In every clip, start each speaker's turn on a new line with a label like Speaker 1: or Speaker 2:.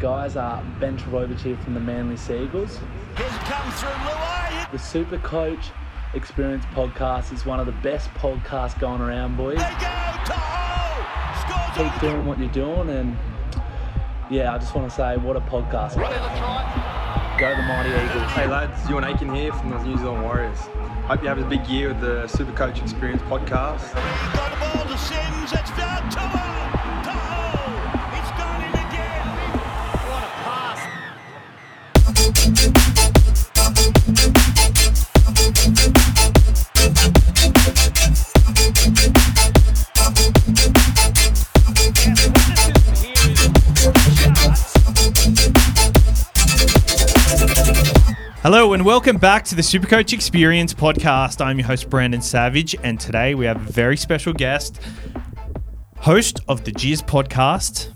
Speaker 1: guys are Ben Travovic from the Manly Seagulls.
Speaker 2: Here comes through Luai.
Speaker 1: The Super Coach Experience podcast is one of the best podcasts going around, boys.
Speaker 2: They go. Toho scores.
Speaker 1: Keep doing what you're doing, and yeah, I just want to say what a podcast. Go the Mighty Eagles.
Speaker 3: Hey lads, you and Aiken here from the New Zealand Warriors. Hope you have a big year with the Super Coach Experience podcast.
Speaker 2: He's got the ball to Sims. It's down Toho. Toho. It's gone in again. What a pass.
Speaker 4: Hello and welcome back to the Supercoach Experience podcast. I'm your host Brandon Savage, and today we have a very special guest, host of the Gears podcast,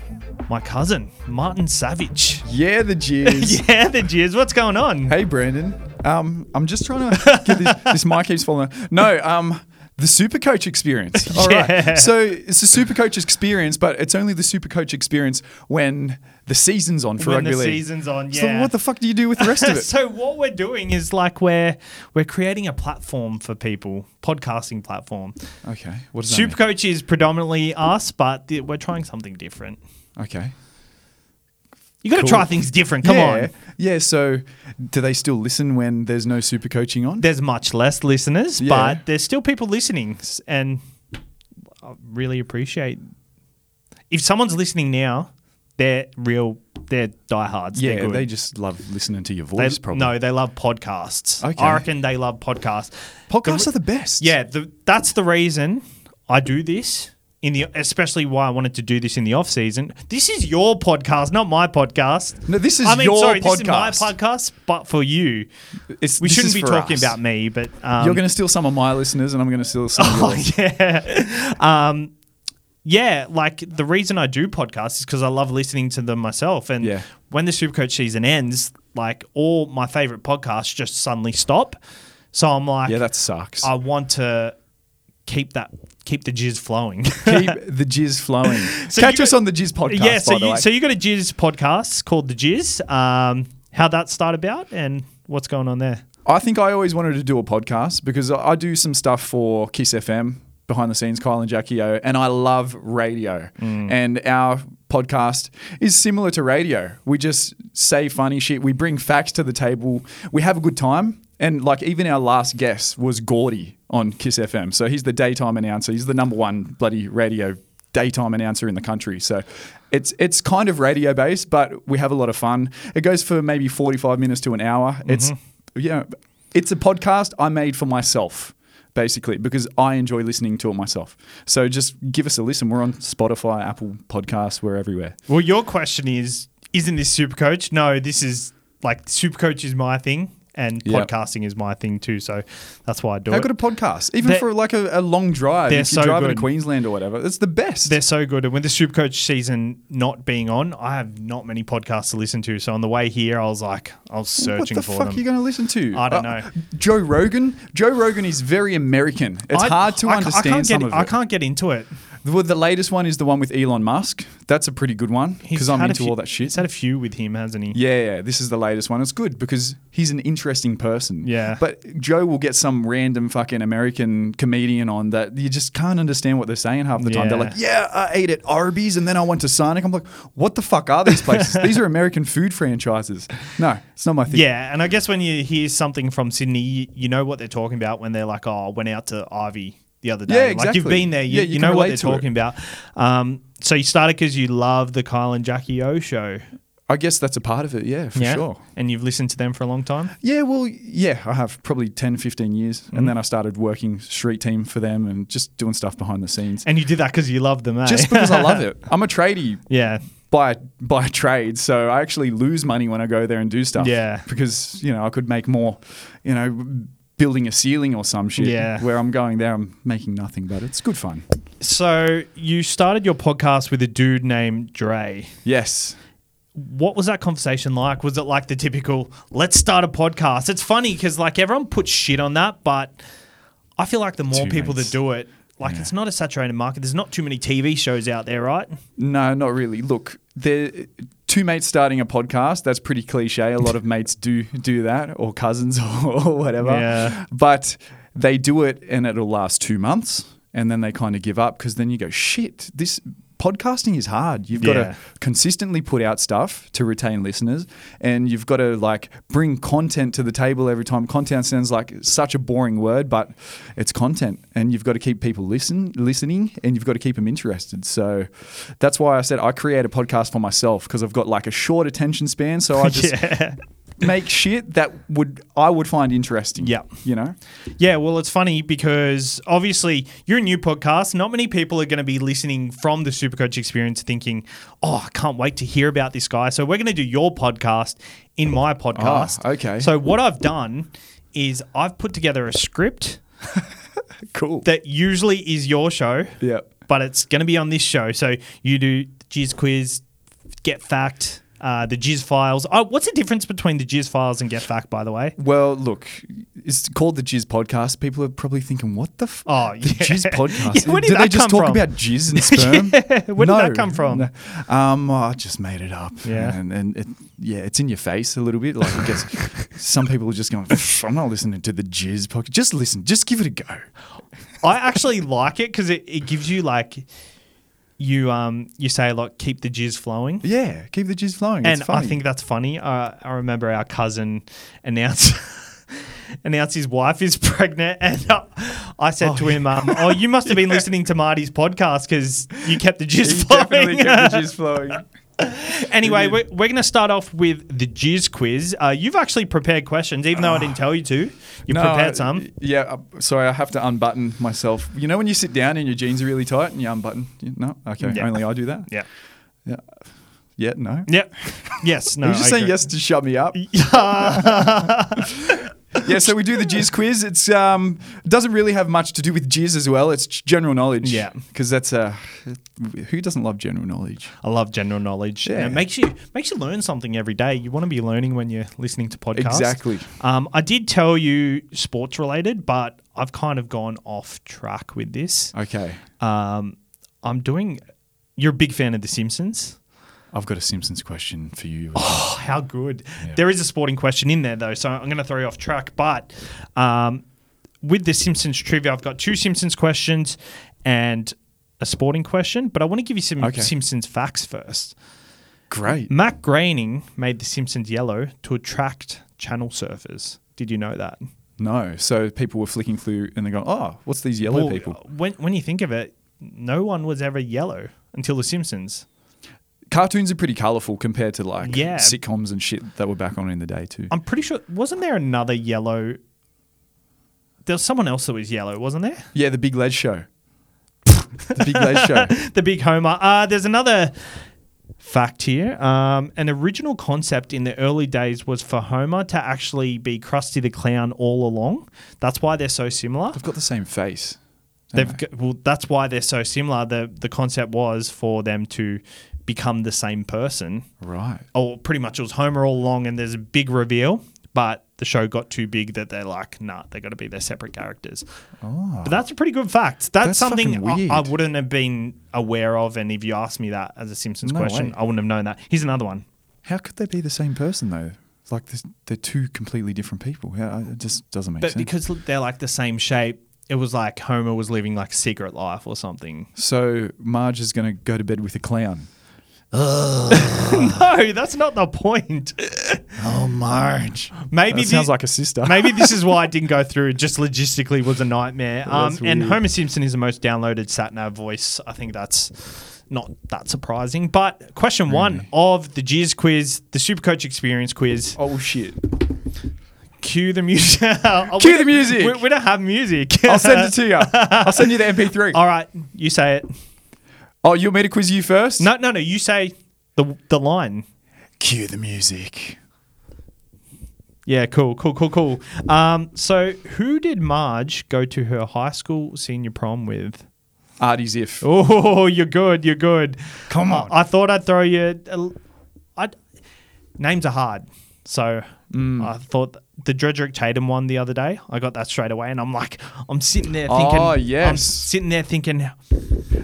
Speaker 4: my cousin Martin Savage.
Speaker 5: Yeah, the jeers.
Speaker 4: yeah, the Gears. What's going on?
Speaker 5: Hey, Brandon. Um, I'm just trying to get this, this mic keeps falling. Out. No, um, the super coach experience. All right.
Speaker 4: Yeah.
Speaker 5: So it's the super coach experience, but it's only the super coach experience when the season's on for
Speaker 4: When
Speaker 5: rugby
Speaker 4: the
Speaker 5: league.
Speaker 4: season's on,
Speaker 5: So
Speaker 4: yeah.
Speaker 5: what the fuck do you do with the rest of it?
Speaker 4: so what we're doing is like we're we're creating a platform for people, podcasting platform.
Speaker 5: okay. What does that
Speaker 4: Supercoach is predominantly us, but th- we're trying something different.
Speaker 5: mean? Okay.
Speaker 4: You got to
Speaker 5: Cool.
Speaker 4: try things different. Come
Speaker 5: yeah.
Speaker 4: on.
Speaker 5: Yeah. So do they still listen when there's no super coaching on?
Speaker 4: there's much less listeners,
Speaker 5: Yeah.
Speaker 4: but there's still people listening, s- and I really appreciate if someone's listening now. They're real. They're diehards.
Speaker 5: yeah.
Speaker 4: they're good.
Speaker 5: They just love listening to your
Speaker 4: They-
Speaker 5: voice. probably.
Speaker 4: no, they love podcasts.
Speaker 5: Okay.
Speaker 4: I reckon they love podcasts.
Speaker 5: Podcasts
Speaker 4: The-
Speaker 5: are the best.
Speaker 4: yeah, the, that's the reason I do this. In the especially why I wanted to do this in the off season. This is your podcast, not my podcast.
Speaker 5: No, this is
Speaker 4: I mean,
Speaker 5: your
Speaker 4: sorry, this is my
Speaker 5: podcast.
Speaker 4: podcast, but for you,
Speaker 5: It's-
Speaker 4: we
Speaker 5: this
Speaker 4: shouldn't
Speaker 5: is
Speaker 4: be
Speaker 5: for
Speaker 4: talking
Speaker 5: us.
Speaker 4: about me. But um,
Speaker 5: You're going to steal some of my listeners, and I'm going to steal some of
Speaker 4: Oh
Speaker 5: yours.
Speaker 4: yeah. Um, yeah, like the reason I do podcasts is because I love listening to them myself. And
Speaker 5: Yeah.
Speaker 4: when the Supercoach season ends, like all my favorite podcasts just suddenly stop. So I'm like,
Speaker 5: Yeah, that sucks.
Speaker 4: I want to keep that, keep the jizz flowing.
Speaker 5: Keep the jizz flowing.
Speaker 4: So
Speaker 5: Catch
Speaker 4: you
Speaker 5: us
Speaker 4: got-
Speaker 5: on the jizz podcast.
Speaker 4: yeah, so
Speaker 5: by the
Speaker 4: you,
Speaker 5: way.
Speaker 4: so you got a jizz podcast called The Jizz. Um, how that started about and what's going on there?
Speaker 5: I think I always wanted to do a podcast because I I do some stuff for Kiss FM behind the scenes, Kyle and Jackie O, and I love radio.
Speaker 4: Mm.
Speaker 5: And our podcast is similar to radio. We just say funny shit, we bring facts to the table, we have a good time. And like even our last guest was Gordy on Kiss FM. So he's the daytime announcer, he's the number one bloody radio daytime announcer in the country. So it's it's kind of radio based, but we have a lot of fun. It goes for maybe 45 minutes to an hour. It's yeah, it's a podcast I made for myself, basically, because I enjoy listening to it myself. So just give us a listen. We're on Spotify, Apple Podcasts, we're everywhere.
Speaker 4: Well, your question is, isn't this Supercoach? No, this is like Supercoach is my thing, and
Speaker 5: Yep.
Speaker 4: podcasting is my thing too. So that's why I do
Speaker 5: How
Speaker 4: it.
Speaker 5: good a podcast, even
Speaker 4: They're-
Speaker 5: for like a, a long drive.
Speaker 4: they're
Speaker 5: If you're
Speaker 4: so
Speaker 5: driving
Speaker 4: good.
Speaker 5: to Queensland or whatever, it's the best.
Speaker 4: They're so good. And with the Supercoach season not being on, I have not many podcasts to listen to. So on the way here, I was like, I was
Speaker 5: what
Speaker 4: searching
Speaker 5: the
Speaker 4: for
Speaker 5: fuck
Speaker 4: them.
Speaker 5: are you going to listen to? Uh,
Speaker 4: I don't know.
Speaker 5: Joe Rogan. Joe Rogan is very American. It's
Speaker 4: I-
Speaker 5: hard to
Speaker 4: I ca-
Speaker 5: understand
Speaker 4: I can't, get,
Speaker 5: some of it.
Speaker 4: I can't get into it.
Speaker 5: Well, the latest one is the one with Elon Musk. That's a pretty good one
Speaker 4: He's
Speaker 5: because I'm
Speaker 4: had a
Speaker 5: into
Speaker 4: few-
Speaker 5: all that shit.
Speaker 4: He's had a few with him, hasn't he?
Speaker 5: Yeah, yeah, this is the latest one. It's good because he's an interesting person.
Speaker 4: Yeah.
Speaker 5: But Joe will get some random fucking American comedian on that you just can't understand what they're saying half the time. They're
Speaker 4: Yeah.
Speaker 5: like, yeah, I ate at Arby's and then I went to Sonic. I'm like, what the fuck are these places? these are American food franchises. No, it's not my thing.
Speaker 4: Yeah, and I guess when you hear something from Sydney, you, you know what they're talking about when they're like, "Oh, I went out to Ivy the other day."
Speaker 5: Yeah,
Speaker 4: Like
Speaker 5: exactly.
Speaker 4: you've been there, you,
Speaker 5: Yeah,
Speaker 4: you,
Speaker 5: you can
Speaker 4: know what
Speaker 5: relate
Speaker 4: they're
Speaker 5: to it.
Speaker 4: talking about. Um, so you started because you love the Kyle and Jackie O show,
Speaker 5: I guess that's a part of it. Yeah, for
Speaker 4: yeah,
Speaker 5: sure.
Speaker 4: and you've listened to them for a long time.
Speaker 5: Yeah, well, yeah, I have probably 10, 15 years.
Speaker 4: Mm-hmm.
Speaker 5: And then I started working street team for them and just doing stuff behind the scenes.
Speaker 4: And you did that because you love them, eh?
Speaker 5: just because I love it. I'm a tradie
Speaker 4: yeah,
Speaker 5: by by trade, so I actually lose money when I go there and do stuff.
Speaker 4: Yeah.
Speaker 5: because you know I could make more, you know, building a ceiling or some shit.
Speaker 4: Yeah.
Speaker 5: where I'm going there, I'm making nothing, but it's good fun.
Speaker 4: so you started your podcast with a dude named Dre.
Speaker 5: Yes,
Speaker 4: What was that conversation like? Was it like the typical "Let's start a podcast"? It's funny because like everyone puts shit on that, but I feel like the more
Speaker 5: Two
Speaker 4: people
Speaker 5: mates.
Speaker 4: that do it, like it's not a saturated market. There's not too many TV shows out there, right?
Speaker 5: no, not really. Look, there two mates starting a podcast. That's pretty cliche. A lot of mates do do that, or cousins, or, whatever.
Speaker 4: Yeah.
Speaker 5: But they do it, and it'll last two months, and then they kind of give up because then you go, shit, this. Podcasting is hard. You've got
Speaker 4: Yeah.
Speaker 5: to consistently put out stuff to retain listeners, and you've got to like bring content to the table every time. Content sounds like such a boring word, but it's content, and you've got to keep people listen listening, and you've got to keep them interested. So that's why I said I create a podcast for myself because I've got like a short attention span, so I just
Speaker 4: yeah.
Speaker 5: make shit that would I would find interesting.
Speaker 4: Yeah.
Speaker 5: you know,
Speaker 4: Yeah, well, it's funny because obviously you're a new podcast. Not many people are going to be listening from the Supercoach experience thinking, oh, I can't wait to hear about this guy. So we're going to do your podcast in my podcast.
Speaker 5: Ah, okay.
Speaker 4: So what I've done is I've put together a script
Speaker 5: cool.
Speaker 4: that usually is your show,
Speaker 5: yeah,
Speaker 4: but it's going to be on this show. So you do Jizz Quiz, Get Fact, uh, the Jizz Files. Oh, what's the difference between the Jizz Files and Get Fact, by the way?
Speaker 5: Well, look, it's called the Jizz Podcast. People are probably thinking, "What the f-
Speaker 4: Oh,
Speaker 5: the
Speaker 4: yeah.
Speaker 5: Jizz Podcast?
Speaker 4: Yeah, where did
Speaker 5: do they
Speaker 4: that
Speaker 5: just
Speaker 4: come
Speaker 5: talk
Speaker 4: from?
Speaker 5: about jizz and sperm?
Speaker 4: where did that come from?
Speaker 5: no. Um, I just made it up.
Speaker 4: Yeah.
Speaker 5: and, and it, yeah, it's in your face a little bit. Like it gets. some people are just going, "Pff, "I'm not listening to the Jizz Podcast. Just listen. Just give it a go."
Speaker 4: I actually like it because it, it gives you like you um you say like keep the jizz flowing.
Speaker 5: Yeah, keep the jizz flowing.
Speaker 4: and
Speaker 5: it's funny.
Speaker 4: I think that's funny. Uh, I remember our cousin announced announced his wife is pregnant, and uh, I said to him, um, "Oh, you must have been listening to Marty's podcast because you kept the jizz
Speaker 5: You definitely
Speaker 4: flowing."
Speaker 5: keep the jizz flowing.
Speaker 4: anyway, we're, we're going to start off with the jizz quiz. Uh, you've actually prepared questions, even though I
Speaker 5: Ah.
Speaker 4: didn't tell you to. You prepared some.
Speaker 5: Yeah, uh, sorry, I have to unbutton myself. You know when you sit down and your jeans are really tight and you unbutton? You- No, okay,
Speaker 4: Yeah.
Speaker 5: only I do that.
Speaker 4: Yeah.
Speaker 5: Yeah, yeah no.
Speaker 4: Yep. Yes. No.
Speaker 5: Are you just
Speaker 4: I
Speaker 5: saying
Speaker 4: agree.
Speaker 5: yes to shut me up? yeah, so we do the jizz quiz. It's um doesn't really have much to do with jizz as well. It's general knowledge.
Speaker 4: Yeah.
Speaker 5: because that's uh, who doesn't love general knowledge?
Speaker 4: I love general knowledge. And
Speaker 5: Yeah.
Speaker 4: it makes you makes you learn something every day. You want to be learning when you're listening to podcasts.
Speaker 5: Exactly.
Speaker 4: Um, I did tell you sports related, but I've kind of gone off track with this.
Speaker 5: Okay,
Speaker 4: Um, I'm doing. You're a big fan of The Simpsons.
Speaker 5: I've got a Simpsons question for you.
Speaker 4: Oh, how good! There is a sporting question in there though, so I'm going to throw you off track. But um, with The Simpsons trivia, I've got two Simpsons questions and a sporting question. But I want to give you some
Speaker 5: Okay.
Speaker 4: Simpsons facts first.
Speaker 5: Great.
Speaker 4: Matt Groening made The Simpsons yellow to attract channel surfers. Did you know that?
Speaker 5: No, so people were flicking through and they're going, "Oh, what's these yellow
Speaker 4: Well,
Speaker 5: people?"
Speaker 4: When, when you think of it, no one was ever yellow until The Simpsons.
Speaker 5: Cartoons are pretty colourful compared to like
Speaker 4: Yeah.
Speaker 5: sitcoms and shit that were back on in the day too.
Speaker 4: I'm pretty sure, wasn't there another yellow? There was someone else that was yellow, wasn't there?
Speaker 5: yeah, the Big Les Show. the Big Les Show.
Speaker 4: The Big Homer. Uh, there's another fact here. Um, an original concept in the early days was for Homer to actually be Krusty the Clown all along. That's why they're so similar.
Speaker 5: They've got the same face.
Speaker 4: They've g well, that's why they're so similar. the The concept was for them to become the same person.
Speaker 5: Right.
Speaker 4: Oh, pretty much it was Homer all along, and there's a big reveal. But the show got too big that they're like, nah, they got to be their separate characters. Oh. But that's a pretty good fact. That's,
Speaker 5: That's
Speaker 4: something
Speaker 5: fucking
Speaker 4: I, I
Speaker 5: weird.
Speaker 4: wouldn't have been aware of. And if you asked me that as a Simpsons
Speaker 5: No
Speaker 4: question,
Speaker 5: way.
Speaker 4: I wouldn't have known that. Here's another one.
Speaker 5: How could they be the same person though? It's Like this- they're two completely different people. Yeah, it just doesn't make
Speaker 4: But
Speaker 5: sense.
Speaker 4: because they're like the same shape, it was like Homer was living like secret life or something.
Speaker 5: so Marge is going to go to bed with a clown.
Speaker 4: No, that's not the point.
Speaker 5: Oh, Marge!
Speaker 4: Maybe
Speaker 5: That sounds
Speaker 4: the-
Speaker 5: like a sister.
Speaker 4: Maybe this is why it didn't go through. It just logistically was a nightmare. Um,
Speaker 5: That's
Speaker 4: and
Speaker 5: weird.
Speaker 4: Homer Simpson is the most downloaded sat nav voice. I think that's not that surprising. But question
Speaker 5: Hmm.
Speaker 4: one of the Jizz quiz, the Supercoach Experience quiz.
Speaker 5: Oh shit!
Speaker 4: Cue the music. Oh, we
Speaker 5: Cue the
Speaker 4: don't-
Speaker 5: music.
Speaker 4: We, we don't have music.
Speaker 5: I'll send it to you. I'll send you the MP3.
Speaker 4: All right, you say it.
Speaker 5: Oh, you want me to quiz you first?
Speaker 4: No, no, no. You say the the line.
Speaker 5: Cue the music.
Speaker 4: Yeah, cool, cool, cool, cool. Um, so who did Marge go to her high school senior prom with?
Speaker 5: Artie's if.
Speaker 4: Oh, you're good. You're good.
Speaker 5: Come on.
Speaker 4: I, I thought I'd throw you. a l- I'd, names are hard, so
Speaker 5: Mm.
Speaker 4: I thought the Dredrick Tatum one the other day. I got that straight away, and I'm like, I'm sitting there thinking.
Speaker 5: Oh,
Speaker 4: I'm
Speaker 5: Ah, yes.
Speaker 4: sitting there thinking,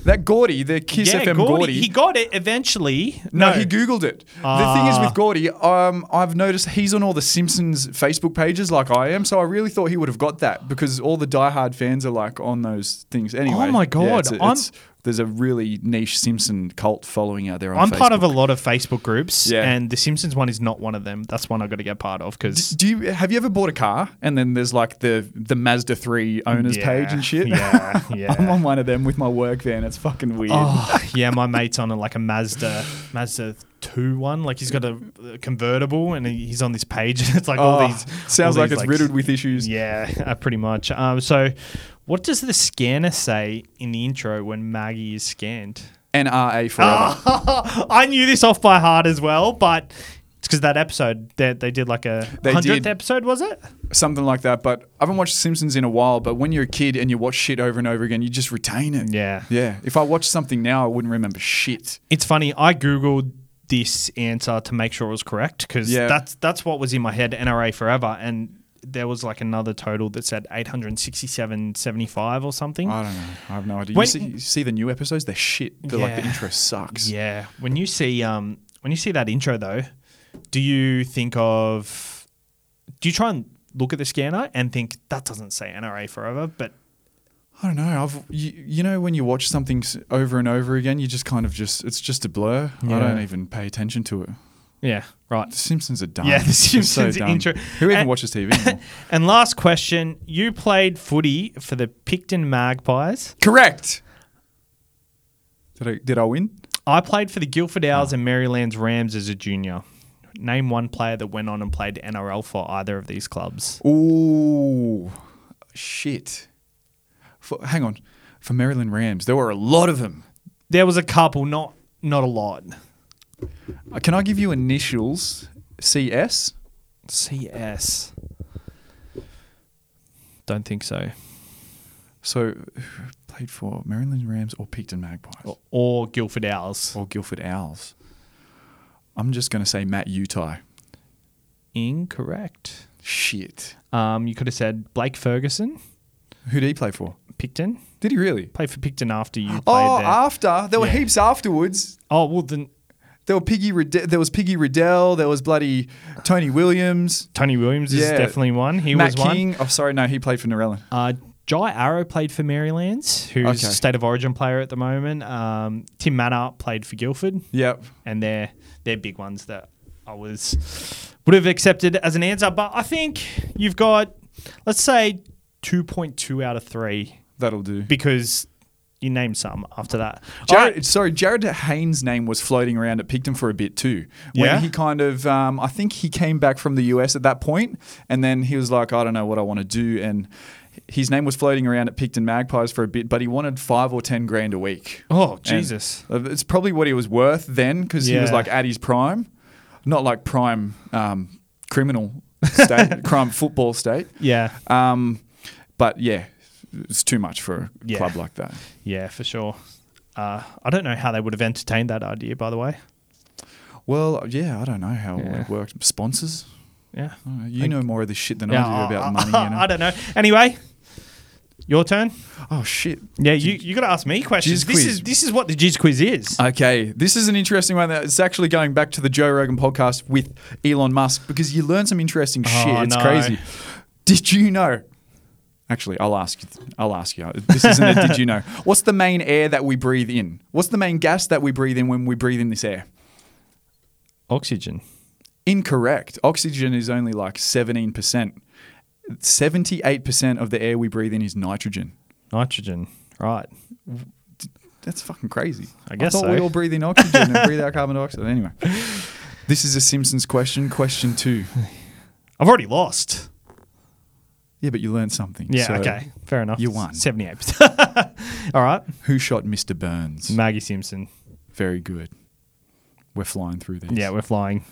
Speaker 5: That Gordy, the Kiss
Speaker 4: yeah,
Speaker 5: FM
Speaker 4: Gordy.
Speaker 5: Gordy.
Speaker 4: He got it eventually.
Speaker 5: no, he googled it. the thing is
Speaker 4: Ah.
Speaker 5: with Gordy, um, I've noticed he's on all the Simpsons Facebook pages, like I am. So I really thought he would have got that because all the diehard fans are like on those things. Anyway,
Speaker 4: Oh my God,
Speaker 5: it's a-
Speaker 4: I'm-
Speaker 5: it's- there's a really niche Simpson cult following out there. On
Speaker 4: I'm part
Speaker 5: Facebook.
Speaker 4: of a lot of Facebook groups,
Speaker 5: Yeah.
Speaker 4: and the Simpsons one is not one of them. That's one I got to get part of because
Speaker 5: Do you have you ever bought a car and then there's like the the Mazda three owners
Speaker 4: Yeah,
Speaker 5: page and shit?
Speaker 4: yeah, yeah.
Speaker 5: I'm on one of them with my work van. It's fucking weird.
Speaker 4: oh yeah, my mate's on a, like a Mazda Mazda two one. Like he's got a, a convertible, and he's on this page, and it's like all
Speaker 5: Oh,
Speaker 4: these
Speaker 5: sounds
Speaker 4: all
Speaker 5: like
Speaker 4: these,
Speaker 5: it's riddled with issues.
Speaker 4: Yeah, uh, pretty much. Um, so, what does the scanner say in the intro when Maggie is scanned?
Speaker 5: NRA
Speaker 4: Ah.
Speaker 5: forever.
Speaker 4: I knew this off by heart as well, but it's because that episode that they, did like a
Speaker 5: They
Speaker 4: hundredth
Speaker 5: did.
Speaker 4: episode, was it?
Speaker 5: Something like that. But I haven't watched Simpsons in a while. But when you're a kid and you watch shit over and over again, you just retain it.
Speaker 4: Yeah.
Speaker 5: Yeah. If I watched something now, I wouldn't remember shit.
Speaker 4: It's funny. I googled this answer to make sure it was correct because
Speaker 5: Yeah.
Speaker 4: that's that's what was in my head. NRA forever, and there was like another total that said eight hundred sixty-seven seventy-five or something.
Speaker 5: I don't know. I have no idea.
Speaker 4: When-
Speaker 5: you, see, you see the new episodes? They're shit. They're like the
Speaker 4: Yeah.
Speaker 5: intro sucks.
Speaker 4: Yeah. When you see um when you see that intro though, do you think of do you try and look at the scanner and think that doesn't say NRA forever, but
Speaker 5: I don't know. I've you, you know when you watch something s- over and over again, you just kind of just it's just a blur.
Speaker 4: Yeah.
Speaker 5: I don't even pay attention to it.
Speaker 4: yeah,
Speaker 5: The
Speaker 4: right.
Speaker 5: Simpsons are dumb.
Speaker 4: Yeah, The
Speaker 5: They're so
Speaker 4: Simpsons
Speaker 5: dumb.
Speaker 4: intro-
Speaker 5: Who even
Speaker 4: And-
Speaker 5: watches TV? anymore?
Speaker 4: And last question, you played footy for the Picton Magpies.
Speaker 5: Correct. Did I, did I win?
Speaker 4: I played for the Guildford Owls
Speaker 5: Oh.
Speaker 4: and Maryland's Rams as a junior. Name one player that went on and played NRL for either of these clubs.
Speaker 5: Ooh, shit. For, hang on. For Maryland Rams, there were a lot of them.
Speaker 4: There was a couple, not not a lot.
Speaker 5: Uh, Can I give you initials? CS.
Speaker 4: CS. Don't think so.
Speaker 5: So who played for Maryland Rams or Picton Magpies
Speaker 4: Oh. or Guildford Owls.
Speaker 5: or Guildford Owls. I'm just going to say Matt Utai.
Speaker 4: Incorrect.
Speaker 5: Shit.
Speaker 4: Um, you could have said Blake Ferguson,
Speaker 5: Who did he play for?
Speaker 4: Picton.
Speaker 5: Did he really?
Speaker 4: Played for Picton after you played
Speaker 5: Oh,
Speaker 4: there.
Speaker 5: after there were
Speaker 4: Yeah.
Speaker 5: heaps afterwards.
Speaker 4: oh well, then
Speaker 5: There were Piggy. Ridd- there was Piggy Riddell. There was bloody Tony Williams.
Speaker 4: Tony Williams is
Speaker 5: Yeah.
Speaker 4: definitely one. He
Speaker 5: Matt
Speaker 4: was
Speaker 5: King. Oh, sorry, no, he played for Norellan.
Speaker 4: one. Uh, Jai Arrow played for Marylands, who's
Speaker 5: Okay.
Speaker 4: a state of origin player at the moment. Um, Tim Manor played for Guildford,
Speaker 5: Yep.
Speaker 4: and they're they're big ones that I was would have accepted as an answer. But I think you've got, let's say, two point two out of three
Speaker 5: That'll do.
Speaker 4: because you name some after that. All
Speaker 5: Jared,
Speaker 4: right.
Speaker 5: Sorry, Jared Haynes' name was floating around at Picton for a bit too. When
Speaker 4: Yeah?
Speaker 5: he kind of, um, I think he came back from the US at that point, and then he was like, I don't know what I want to do, and his name was floating around at Picton Magpies for a bit, but he wanted five or ten grand a week.
Speaker 4: Oh
Speaker 5: And uh,
Speaker 4: Jesus!
Speaker 5: it's probably what he was worth then, because he was
Speaker 4: Yeah.
Speaker 5: like at his prime, not like prime um, criminal state, crime football state.
Speaker 4: yeah,
Speaker 5: Um, but yeah, it's too much for a
Speaker 4: Yeah.
Speaker 5: club like that.
Speaker 4: yeah, for sure. Uh, I don't know how they would have entertained that idea, by the way.
Speaker 5: Well, yeah, I don't know how
Speaker 4: Yeah.
Speaker 5: it worked. Sponsors?
Speaker 4: Yeah,
Speaker 5: I don't know. You know more of this shit than I do
Speaker 4: I-
Speaker 5: Hmm. about
Speaker 4: I-
Speaker 5: money. You know?
Speaker 4: I don't know. Anyway, your turn.
Speaker 5: Oh shit.
Speaker 4: Yeah, you you got to ask me questions.
Speaker 5: Jizz
Speaker 4: This
Speaker 5: quiz. Uh,
Speaker 4: is this is what the jizz quiz is.
Speaker 5: Okay, this is an interesting one. That it's actually going back to the Joe Rogan podcast with Elon Musk because you learn some interesting shit. It's
Speaker 4: Oh, no.
Speaker 5: crazy. Did you know? Actually, I'll ask you. I'll ask you. This isn't a did you know? What's the main air that we breathe in? What's the main gas that we breathe in when we breathe in this air?
Speaker 4: Oxygen.
Speaker 5: Incorrect. Oxygen is only like 17%. 78% of the air we breathe in is nitrogen.
Speaker 4: Nitrogen. Right.
Speaker 5: That's fucking crazy.
Speaker 4: I guess
Speaker 5: I thought we
Speaker 4: so.
Speaker 5: all breathe in oxygen and breathe out carbon dioxide. Anyway, this is a Simpsons question. Question two.
Speaker 4: I've already lost.
Speaker 5: Yeah, but you learned something.
Speaker 4: Yeah.
Speaker 5: So,
Speaker 4: okay. Fair enough.
Speaker 5: you won.
Speaker 4: Seventy-eight. percent All right.
Speaker 5: Who shot Mr. Burns?
Speaker 4: Maggie Simpson.
Speaker 5: Very good. We're flying through these.
Speaker 4: Yeah, we're flying.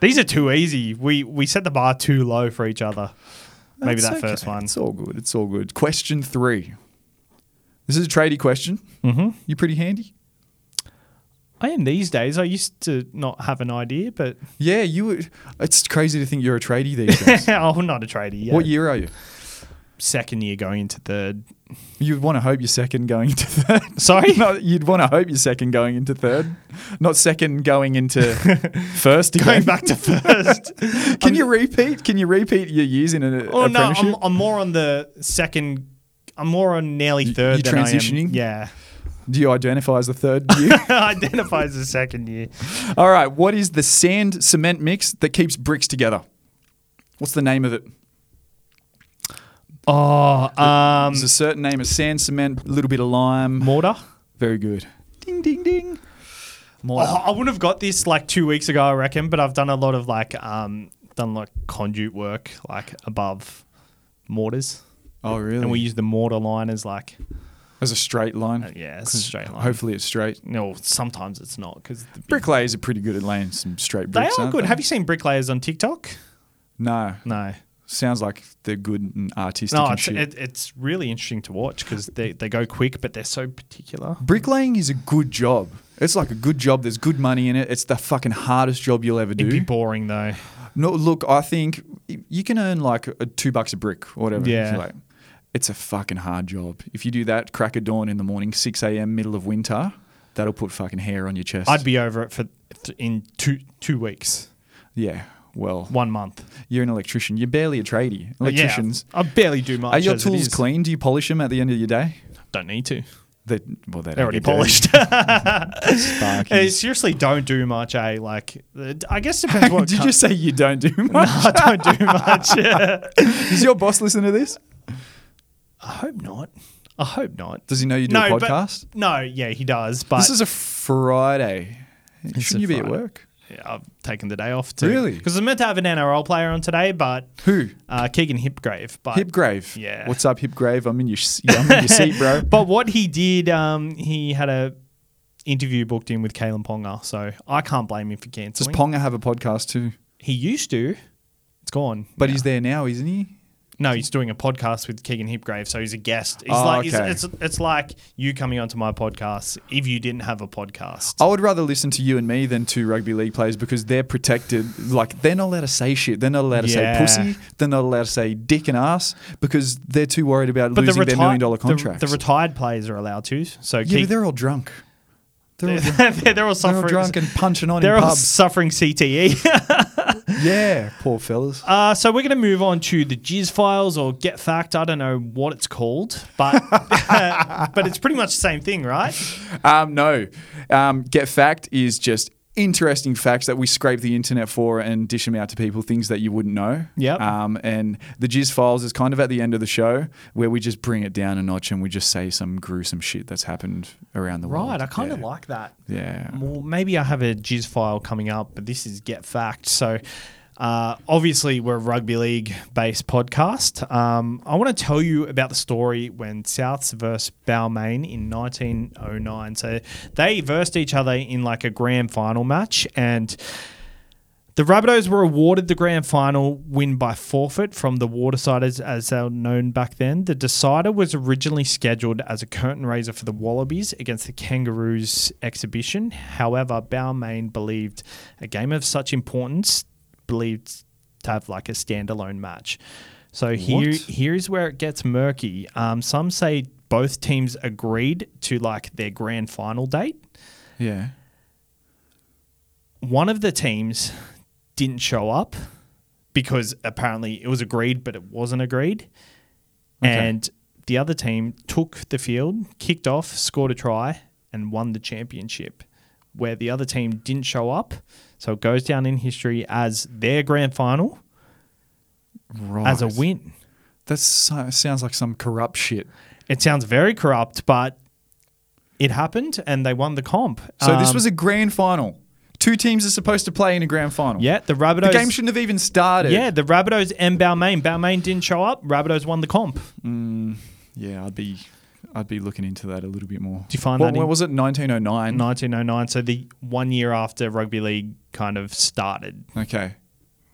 Speaker 4: These are too easy. We we set the bar too low for each other. Maybe
Speaker 5: That's
Speaker 4: that first
Speaker 5: okay.
Speaker 4: one.
Speaker 5: It's all good. It's all good. Question three. This is a tradie question. Mm-hmm. You pretty handy?
Speaker 4: I am these days. I used to not have an idea, but
Speaker 5: Yeah, you. Were, it's crazy to think you're a tradie these days.
Speaker 4: I'm not a tradie yet.
Speaker 5: What year are you?
Speaker 4: second year going into third.
Speaker 5: You'd want to hope you're second going into third.
Speaker 4: Sorry?
Speaker 5: no, you'd want to hope you're second going into third, not second going into first.
Speaker 4: Going
Speaker 5: again.
Speaker 4: back to first.
Speaker 5: Can you repeat? Can you repeat your years in an
Speaker 4: Oh no,
Speaker 5: apprenticeship?
Speaker 4: I'm, I'm more on the second. I'm more on nearly third.
Speaker 5: you're
Speaker 4: than I am-
Speaker 5: transitioning?
Speaker 4: Yeah,
Speaker 5: Do you identify as the third year?
Speaker 4: identify as a second year.
Speaker 5: All right. What is the sand cement mix that keeps bricks together? What's the name of it?
Speaker 4: Oh, um,
Speaker 5: There's a certain name of sand cement, a little bit of lime.
Speaker 4: mortar.
Speaker 5: Very good. Ding ding ding. More.
Speaker 4: Oh, I would have got this like two weeks ago, I reckon. But I've done a lot of like um, done like conduit work, like above mortars,
Speaker 5: Oh, really?
Speaker 4: and we use the mortar line as like uh,
Speaker 5: As a straight line.
Speaker 4: yeah, it's a straight line.
Speaker 5: Hopefully it's straight.
Speaker 4: No, sometimes it's not because the big-
Speaker 5: Bricklayers are pretty good at laying some straight
Speaker 4: They
Speaker 5: bricks.
Speaker 4: are
Speaker 5: aren't
Speaker 4: good.
Speaker 5: They?
Speaker 4: Have you seen bricklayers on TikTok?
Speaker 5: No.
Speaker 4: No.
Speaker 5: Sounds like they're good and artistic
Speaker 4: No,
Speaker 5: and
Speaker 4: it's,
Speaker 5: shit.
Speaker 4: it, it's really interesting to watch because they, they go quick, but they're so particular.
Speaker 5: Bricklaying is a good job. It's like a good job. There's good money in it. It's the fucking hardest job you'll ever do.
Speaker 4: It'd be boring though.
Speaker 5: No, look, I think y- you can earn like a, two bucks a brick or whatever. if you
Speaker 4: Yeah.
Speaker 5: like. It's a fucking hard job. If you do that crack of dawn in the morning, 6 a.m., middle of winter, that'll put fucking hair on your chest.
Speaker 4: I'd be over it for th- in two two weeks,
Speaker 5: Yeah. Well,
Speaker 4: one month.
Speaker 5: you're an electrician. You're barely a tradie.
Speaker 4: But yeah,
Speaker 5: Electricians.
Speaker 4: I barely do much.
Speaker 5: Are your
Speaker 4: as it
Speaker 5: tools
Speaker 4: is.
Speaker 5: clean? Do you polish them at the end of your day?
Speaker 4: Don't need to.
Speaker 5: They, well, they
Speaker 4: They're already polished. Hey, seriously, don't do much. Eh? Like, uh, I guess it depends what.
Speaker 5: Did you
Speaker 4: co-
Speaker 5: just say you don't do much?
Speaker 4: I don't do much.
Speaker 5: Does your boss listen to this?
Speaker 4: I hope not. I hope not.
Speaker 5: Does he know you do a
Speaker 4: but-
Speaker 5: podcast?
Speaker 4: no, yeah, he does. But
Speaker 5: this is a Friday.
Speaker 4: a
Speaker 5: Shouldn't you be at
Speaker 4: Friday.
Speaker 5: work?
Speaker 4: Yeah, I've taken the day off too.
Speaker 5: Really?
Speaker 4: Because I'm meant to have an NRL player on today, but
Speaker 5: Who?
Speaker 4: uh, Keegan Hipgrave. But
Speaker 5: Hipgrave.
Speaker 4: Yeah.
Speaker 5: What's up, Hipgrave? I'm in your, s- I'm in your seat, bro.
Speaker 4: but what he did, um, he had a interview booked in with Kalen Ponga, so I can't blame him for
Speaker 5: Does
Speaker 4: cancelling.
Speaker 5: Ponga have a podcast too?
Speaker 4: he used to. It's gone.
Speaker 5: But he's there now, isn't he?
Speaker 4: No, he's doing a podcast with Keegan Hipgrave, so he's a guest. He's
Speaker 5: Oh,
Speaker 4: like he's-
Speaker 5: okay.
Speaker 4: it's, it's like you coming onto my podcast if you didn't have a podcast.
Speaker 5: I would rather listen to you and me than to rugby league players because they're protected. Like they're not allowed to say shit. They're not allowed to
Speaker 4: Yeah.
Speaker 5: say pussy. They're not allowed to say dick and ass because they're too worried about losing
Speaker 4: reti-
Speaker 5: their million dollar
Speaker 4: the-
Speaker 5: contracts.
Speaker 4: The, retired players are allowed to. So
Speaker 5: yeah,
Speaker 4: Keeg-
Speaker 5: but they're all drunk. They're all, drunk.
Speaker 4: they're, all
Speaker 5: They're all
Speaker 4: suffering.
Speaker 5: drunk and punching on
Speaker 4: they're
Speaker 5: in
Speaker 4: all
Speaker 5: pubs.
Speaker 4: suffering E. CTE.
Speaker 5: yeah, poor fellas.
Speaker 4: Uh, so we're going to move on to the Jizz files or Get Fact. I don't know what it's called, but but it's pretty much the same thing, right?
Speaker 5: Um, no, um, get fact is just interesting facts that we scrape the internet for and dish them out to people, things that you wouldn't know.
Speaker 4: Yep.
Speaker 5: Um, and the Jizz Files is kind of at the end of the show where we just bring it down a notch and we just say some gruesome shit that's happened around the world.
Speaker 4: Right. I kind of
Speaker 5: Yeah.
Speaker 4: like that.
Speaker 5: Yeah.
Speaker 4: Well, maybe I have a Jizz file coming up, but this is Get Fact. So. Uh, obviously, we're a rugby league based podcast. Um, I want to tell you about the story when Souths versus Balmain in 1909. So they versed each other in like a grand final match, and The Rabbitohs were awarded the grand final win by forfeit from the Watersiders, as they were known back then. The decider was originally scheduled as a curtain raiser for the Wallabies against the Kangaroos exhibition. However, Balmain believed a game of such importance believed to have like a standalone match. So here,
Speaker 5: What?
Speaker 4: here's where it gets murky. Um, some say both teams agreed to like their grand final date
Speaker 5: Yeah.
Speaker 4: one of the teams didn't show up because apparently it was agreed, but it wasn't agreed. And the other team took the field, kicked off, scored a try, and won the championship. Where the other team didn't show up, so it goes down in history as their grand final
Speaker 5: Right.
Speaker 4: as a win.
Speaker 5: That so- sounds like some corrupt shit.
Speaker 4: It sounds very corrupt, but it happened, and they won the comp.
Speaker 5: So this
Speaker 4: Um,
Speaker 5: was a grand final. Two teams are supposed to play in a grand final.
Speaker 4: yeah, the Rabbitohs.
Speaker 5: The game shouldn't have even started.
Speaker 4: yeah, the Rabbitohs and Balmain. Balmain didn't show up. Rabbitohs won the comp.
Speaker 5: Yeah, I'd be I'd be looking into that a little bit more.
Speaker 4: Do you find
Speaker 5: What-
Speaker 4: that in-
Speaker 5: What was it? 1909.
Speaker 4: 1909. So the one year after rugby league kind of started.
Speaker 5: Okay.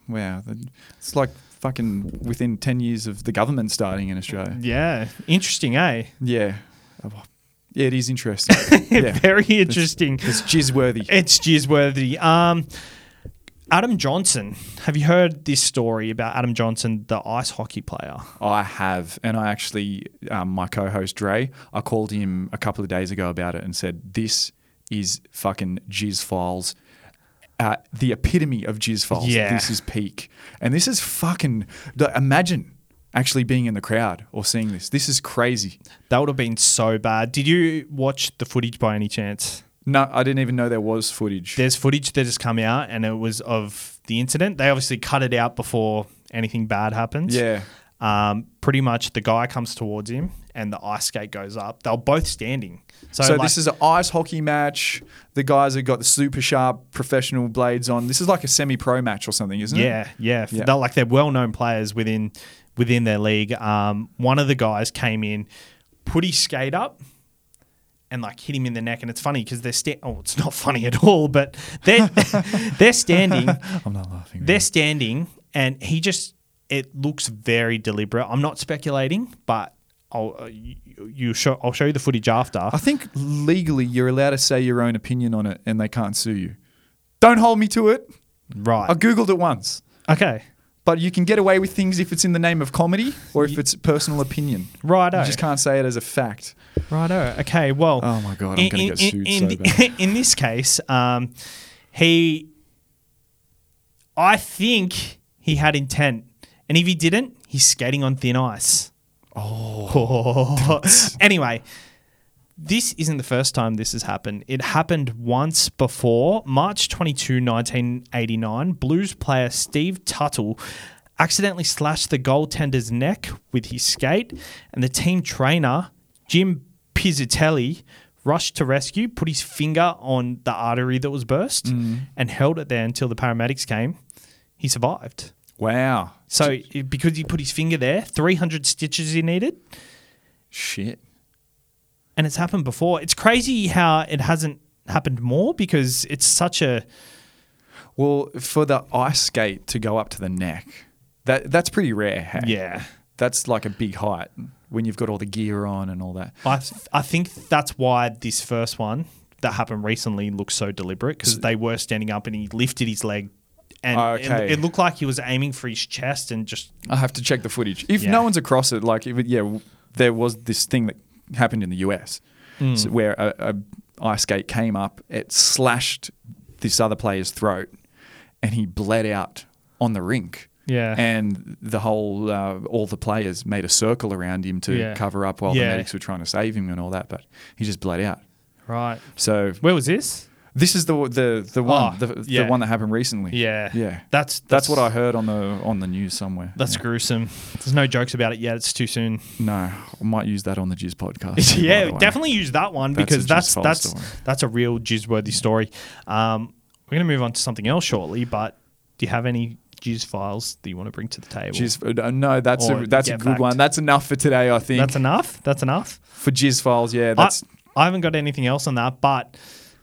Speaker 5: Wow. that- It's like fucking within 10 years of the government starting in Australia.
Speaker 4: Yeah, interesting, eh?
Speaker 5: Yeah. Oh, Yeah, it is interesting. yeah.
Speaker 4: Very interesting.
Speaker 5: It's jizz worthy.
Speaker 4: It's cheersworthy. Um, Adam Johnson. Have you heard this story about Adam Johnson, the ice hockey player?
Speaker 5: I have, and I actually, um, my co-host Dre, I called him a couple of days ago about it and said, "This is fucking jizz files." Uh, the epitome of jizz files.
Speaker 4: Yeah.
Speaker 5: This is peak, and this is fucking. the- Imagine actually being in the crowd or seeing this. This is crazy.
Speaker 4: That would have been so bad. Did you watch the footage by any chance?
Speaker 5: No, I didn't even know there was footage.
Speaker 4: There's footage that has come out, and it was of the incident. They obviously cut it out before anything bad happens.
Speaker 5: yeah,
Speaker 4: Um, pretty much, the guy comes towards him, and the ice skate goes up. They're both standing. So,
Speaker 5: So
Speaker 4: like,
Speaker 5: this is an ice hockey match. The guys have got the super sharp professional blades on. This is like a semi-pro match or something, isn't it?
Speaker 4: Yeah, yeah.
Speaker 5: Yeah.
Speaker 4: They're like they're well known players within within their league. Um, one of the guys came in, put his skate up, and like hit him in the neck. And it's funny because they're sta- oh, it's not funny at all, but they're they're standing,
Speaker 5: I'm not laughing.
Speaker 4: they're standing, and he just it looks very deliberate. I'm not speculating, but I'll uh, you, you show I'll show you the footage after.
Speaker 5: I think legally you're allowed to say your own opinion on it, and they can't sue you. Don't hold me to it.
Speaker 4: Right.
Speaker 5: I googled it once,
Speaker 4: Okay.
Speaker 5: but you can get away with things if it's in the name of comedy or if it's personal opinion.
Speaker 4: Righto.
Speaker 5: You just can't say it as a fact.
Speaker 4: Righto. Okay. Well.
Speaker 5: Oh my God, I'm
Speaker 4: in-
Speaker 5: gonna
Speaker 4: in-
Speaker 5: get
Speaker 4: in-
Speaker 5: sued
Speaker 4: in,
Speaker 5: so
Speaker 4: in this case, um, he, I think he had intent, and if he didn't, he's skating on thin ice. Oh. anyway, this isn't the first time this has happened. It happened once before, March 22, 1989. Blues player Steve Tuttle accidentally slashed the goaltender's neck with his skate, and the team trainer, Jim Pizzitelli, rushed to rescue, put his finger on the artery that was burst, and held it there until the paramedics came. He survived.
Speaker 5: Wow.
Speaker 4: So, because he put his finger there, 300 stitches he needed
Speaker 5: Shit.
Speaker 4: and it's happened before. It's crazy how it hasn't happened more because it's such a
Speaker 5: Well, for the ice skate to go up to the neck, that that's pretty rare. Hey?
Speaker 4: yeah.
Speaker 5: That's like a big height when you've got all the gear on and all that.
Speaker 4: I th- I think that's why this first one that happened recently looks so deliberate because they were standing up and he lifted his leg and
Speaker 5: Oh,
Speaker 4: it-
Speaker 5: okay.
Speaker 4: it, looked like he was aiming for his chest and just
Speaker 5: I have to check the footage. If
Speaker 4: Yeah.
Speaker 5: no one's across it, like if it, yeah, w- there was this thing that happened in the US
Speaker 4: Hmm.
Speaker 5: so where a, a ice skate came up, it slashed this other player's throat, and he bled out on the rink.
Speaker 4: Yeah.
Speaker 5: and the whole uh, all the players made a circle around him to
Speaker 4: Yeah.
Speaker 5: cover up while
Speaker 4: Yeah.
Speaker 5: the medics were trying to save him and all that, but he just bled out.
Speaker 4: right.
Speaker 5: So
Speaker 4: Where was this?
Speaker 5: this is the the the one
Speaker 4: Oh,
Speaker 5: the,
Speaker 4: yeah.
Speaker 5: the one that happened recently.
Speaker 4: Yeah.
Speaker 5: yeah.
Speaker 4: That's
Speaker 5: that's what I heard on the on the news somewhere.
Speaker 4: That's
Speaker 5: Yeah.
Speaker 4: gruesome. There's no jokes about it yet. It's too soon.
Speaker 5: No, I might use that on the Jizz podcast. too, by
Speaker 4: yeah,
Speaker 5: the way.
Speaker 4: definitely use that one
Speaker 5: That's a
Speaker 4: because
Speaker 5: jizz
Speaker 4: that's
Speaker 5: file
Speaker 4: that's
Speaker 5: story.
Speaker 4: that's a real jizz worthy story. Um, we're gonna move on to something else shortly, but do you have any jizz files that you want to bring to the table?
Speaker 5: Jizz, uh, no, that's
Speaker 4: Or
Speaker 5: a, that's a
Speaker 4: get
Speaker 5: good
Speaker 4: backed.
Speaker 5: one. That's enough for today, I think.
Speaker 4: That's enough. That's enough.
Speaker 5: for Jizz files, yeah.
Speaker 4: I,
Speaker 5: That's
Speaker 4: I haven't got anything else on that, but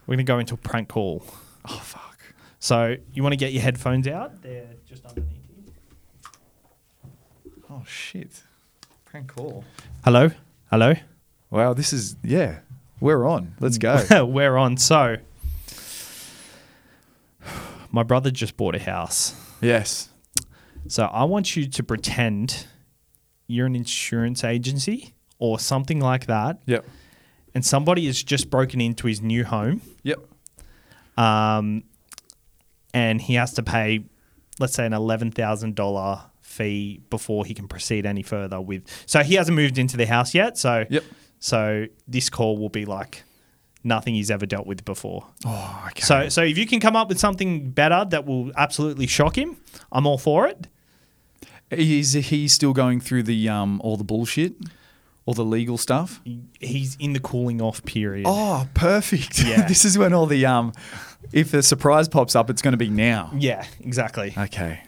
Speaker 4: we're gonna go into a prank call.
Speaker 5: oh fuck.
Speaker 4: So you want to get your headphones out? They're just underneath you.
Speaker 5: Oh shit. Prank call.
Speaker 4: Hello, hello.
Speaker 5: Wow, this is yeah. We're on. Let's go.
Speaker 4: we're on. So my brother just bought a house.
Speaker 5: yes.
Speaker 4: So I want you to pretend you're an insurance agency or something like that,
Speaker 5: Yep.
Speaker 4: and somebody has just broken into his new home,
Speaker 5: Yep.
Speaker 4: um, and he has to pay, let's say, an eleven thousand dollar fee before he can proceed any further with. So he hasn't moved into the house yet. So
Speaker 5: Yep.
Speaker 4: So this call will be like nothing he's ever dealt with before.
Speaker 5: Oh, okay.
Speaker 4: So, so if you can come up with something better that will absolutely shock him, I'm all for it.
Speaker 5: is he still going through the um all the bullshit, all the legal stuff?
Speaker 4: he's in the cooling off period.
Speaker 5: Oh, perfect.
Speaker 4: Yeah.
Speaker 5: this is when all the um, if the surprise pops up, it's going to be now.
Speaker 4: Yeah, exactly.
Speaker 5: Okay.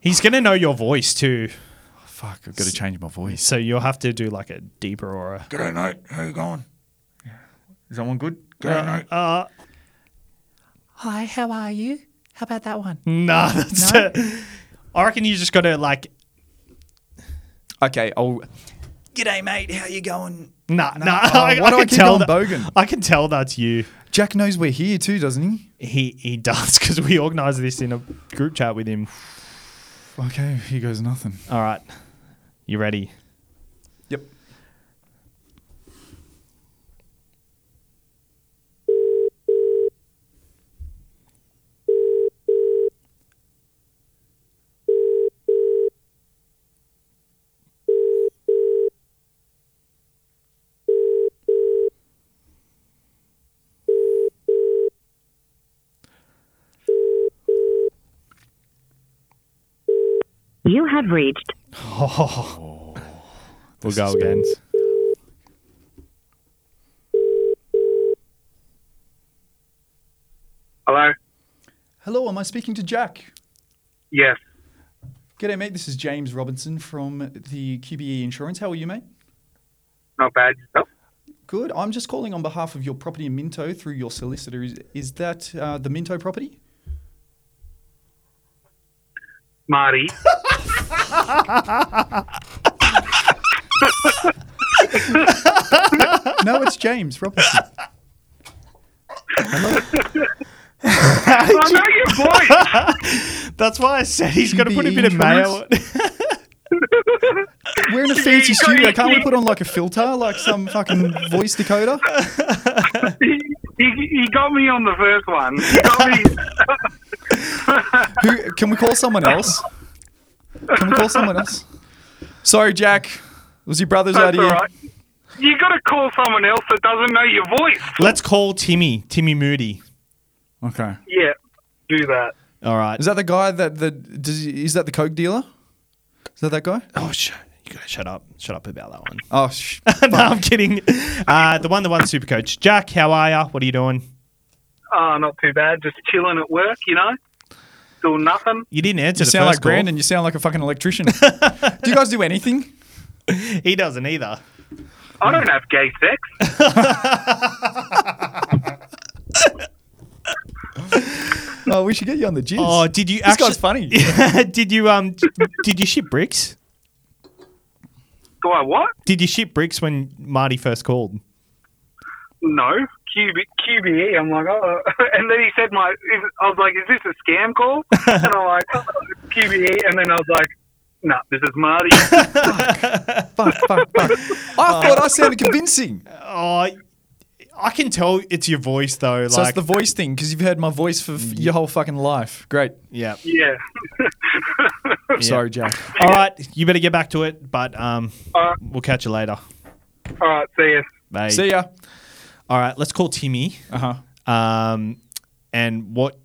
Speaker 4: He's going to know your voice too.
Speaker 5: Fuck, I've got to change my voice.
Speaker 4: So you'll have to do like a deeper or a.
Speaker 3: G'day, mate. How you going? Is that one good? G'day, mate.
Speaker 4: Uh,
Speaker 6: Hi, how are you? How about that one?
Speaker 4: nah, that's
Speaker 6: No?
Speaker 4: it. I reckon you just got to like.
Speaker 5: Okay, I'll
Speaker 6: G'day, mate. How you going?
Speaker 4: Nah, nah.
Speaker 5: Oh,
Speaker 4: I,
Speaker 5: why do I
Speaker 4: can
Speaker 5: keep
Speaker 4: tell
Speaker 5: going
Speaker 4: that,
Speaker 5: Bogan?
Speaker 4: I can tell that's you.
Speaker 5: Jack knows we're here too, doesn't he?
Speaker 4: He he does because we organised this in a group chat with him.
Speaker 5: Okay, he goes nothing.
Speaker 4: All right, you ready?
Speaker 5: Yep.
Speaker 7: You have reached.
Speaker 4: We'll go again.
Speaker 8: Hello?
Speaker 5: Hello, am I speaking to Jack?
Speaker 8: Yes.
Speaker 5: G'day, mate. This is James Robinson from the QBE Insurance. How are you, mate?
Speaker 8: Not bad. Yourself?
Speaker 5: Good. I'm just calling on behalf of your property in Minto through your solicitor. Is, is that uh, the Minto property?
Speaker 8: Marty.
Speaker 5: No, it's James Robinson.
Speaker 8: I know your voice.
Speaker 4: That's why I said he's going to put a
Speaker 5: QBE
Speaker 4: bit of mayo.
Speaker 5: We're in a fancy studio. Can't we put on like a filter, like some fucking voice decoder?
Speaker 8: He, he, he got me on the first one. He got me.
Speaker 5: Who can we call someone else? Can we call someone else? Sorry, Jack. It was your brother's
Speaker 8: That's
Speaker 5: idea.
Speaker 8: all right. You got to call someone else that doesn't know your voice.
Speaker 4: Let's call Timmy. Timmy Moody.
Speaker 5: Okay.
Speaker 8: Yeah, do that.
Speaker 4: All right.
Speaker 5: Is that the guy that the does, he- is that the coke dealer? Is that that guy?
Speaker 4: oh, sh- you gotta shut up. Shut up about that one.
Speaker 5: Oh, sh-
Speaker 4: no, I'm kidding. Uh, the one, the one, super coach. Jack, how are ya? What are you doing?
Speaker 8: Oh, not too bad. Just chilling at work, you know? Doing nothing.
Speaker 4: You didn't answer
Speaker 5: you
Speaker 4: the
Speaker 5: sound
Speaker 4: first
Speaker 5: like Brandon. You sound like a fucking electrician. do you guys do anything?
Speaker 4: call. He doesn't either.
Speaker 8: I don't have gay sex.
Speaker 5: Oh, we should get you on the jizz.
Speaker 4: Oh, did you
Speaker 5: this
Speaker 4: actually?
Speaker 5: guy's funny.
Speaker 4: did you um? did you ship bricks?
Speaker 8: Do I what?
Speaker 4: Did you ship bricks when Marty first called?
Speaker 8: No. QB, QBE. I'm like, oh. And then he said, my. I was like, is this a scam call? And I'm like, oh, QBE. And then I was like, no, this is Marty.
Speaker 5: fuck, fuck, fuck. I thought I sounded convincing.
Speaker 4: Oh, I can tell it's your voice though. Like,
Speaker 5: so it's the voice thing because you've heard my voice for f- your whole fucking life. Great.
Speaker 4: yeah.
Speaker 8: yeah.
Speaker 5: Sorry, Jack.
Speaker 4: All right, you better get back to it. But um,
Speaker 8: All right.
Speaker 4: we'll catch you later.
Speaker 8: All right, see ya.
Speaker 4: Bye.
Speaker 5: See ya.
Speaker 4: All right, let's call Timmy.
Speaker 5: Uh huh.
Speaker 4: Um, and what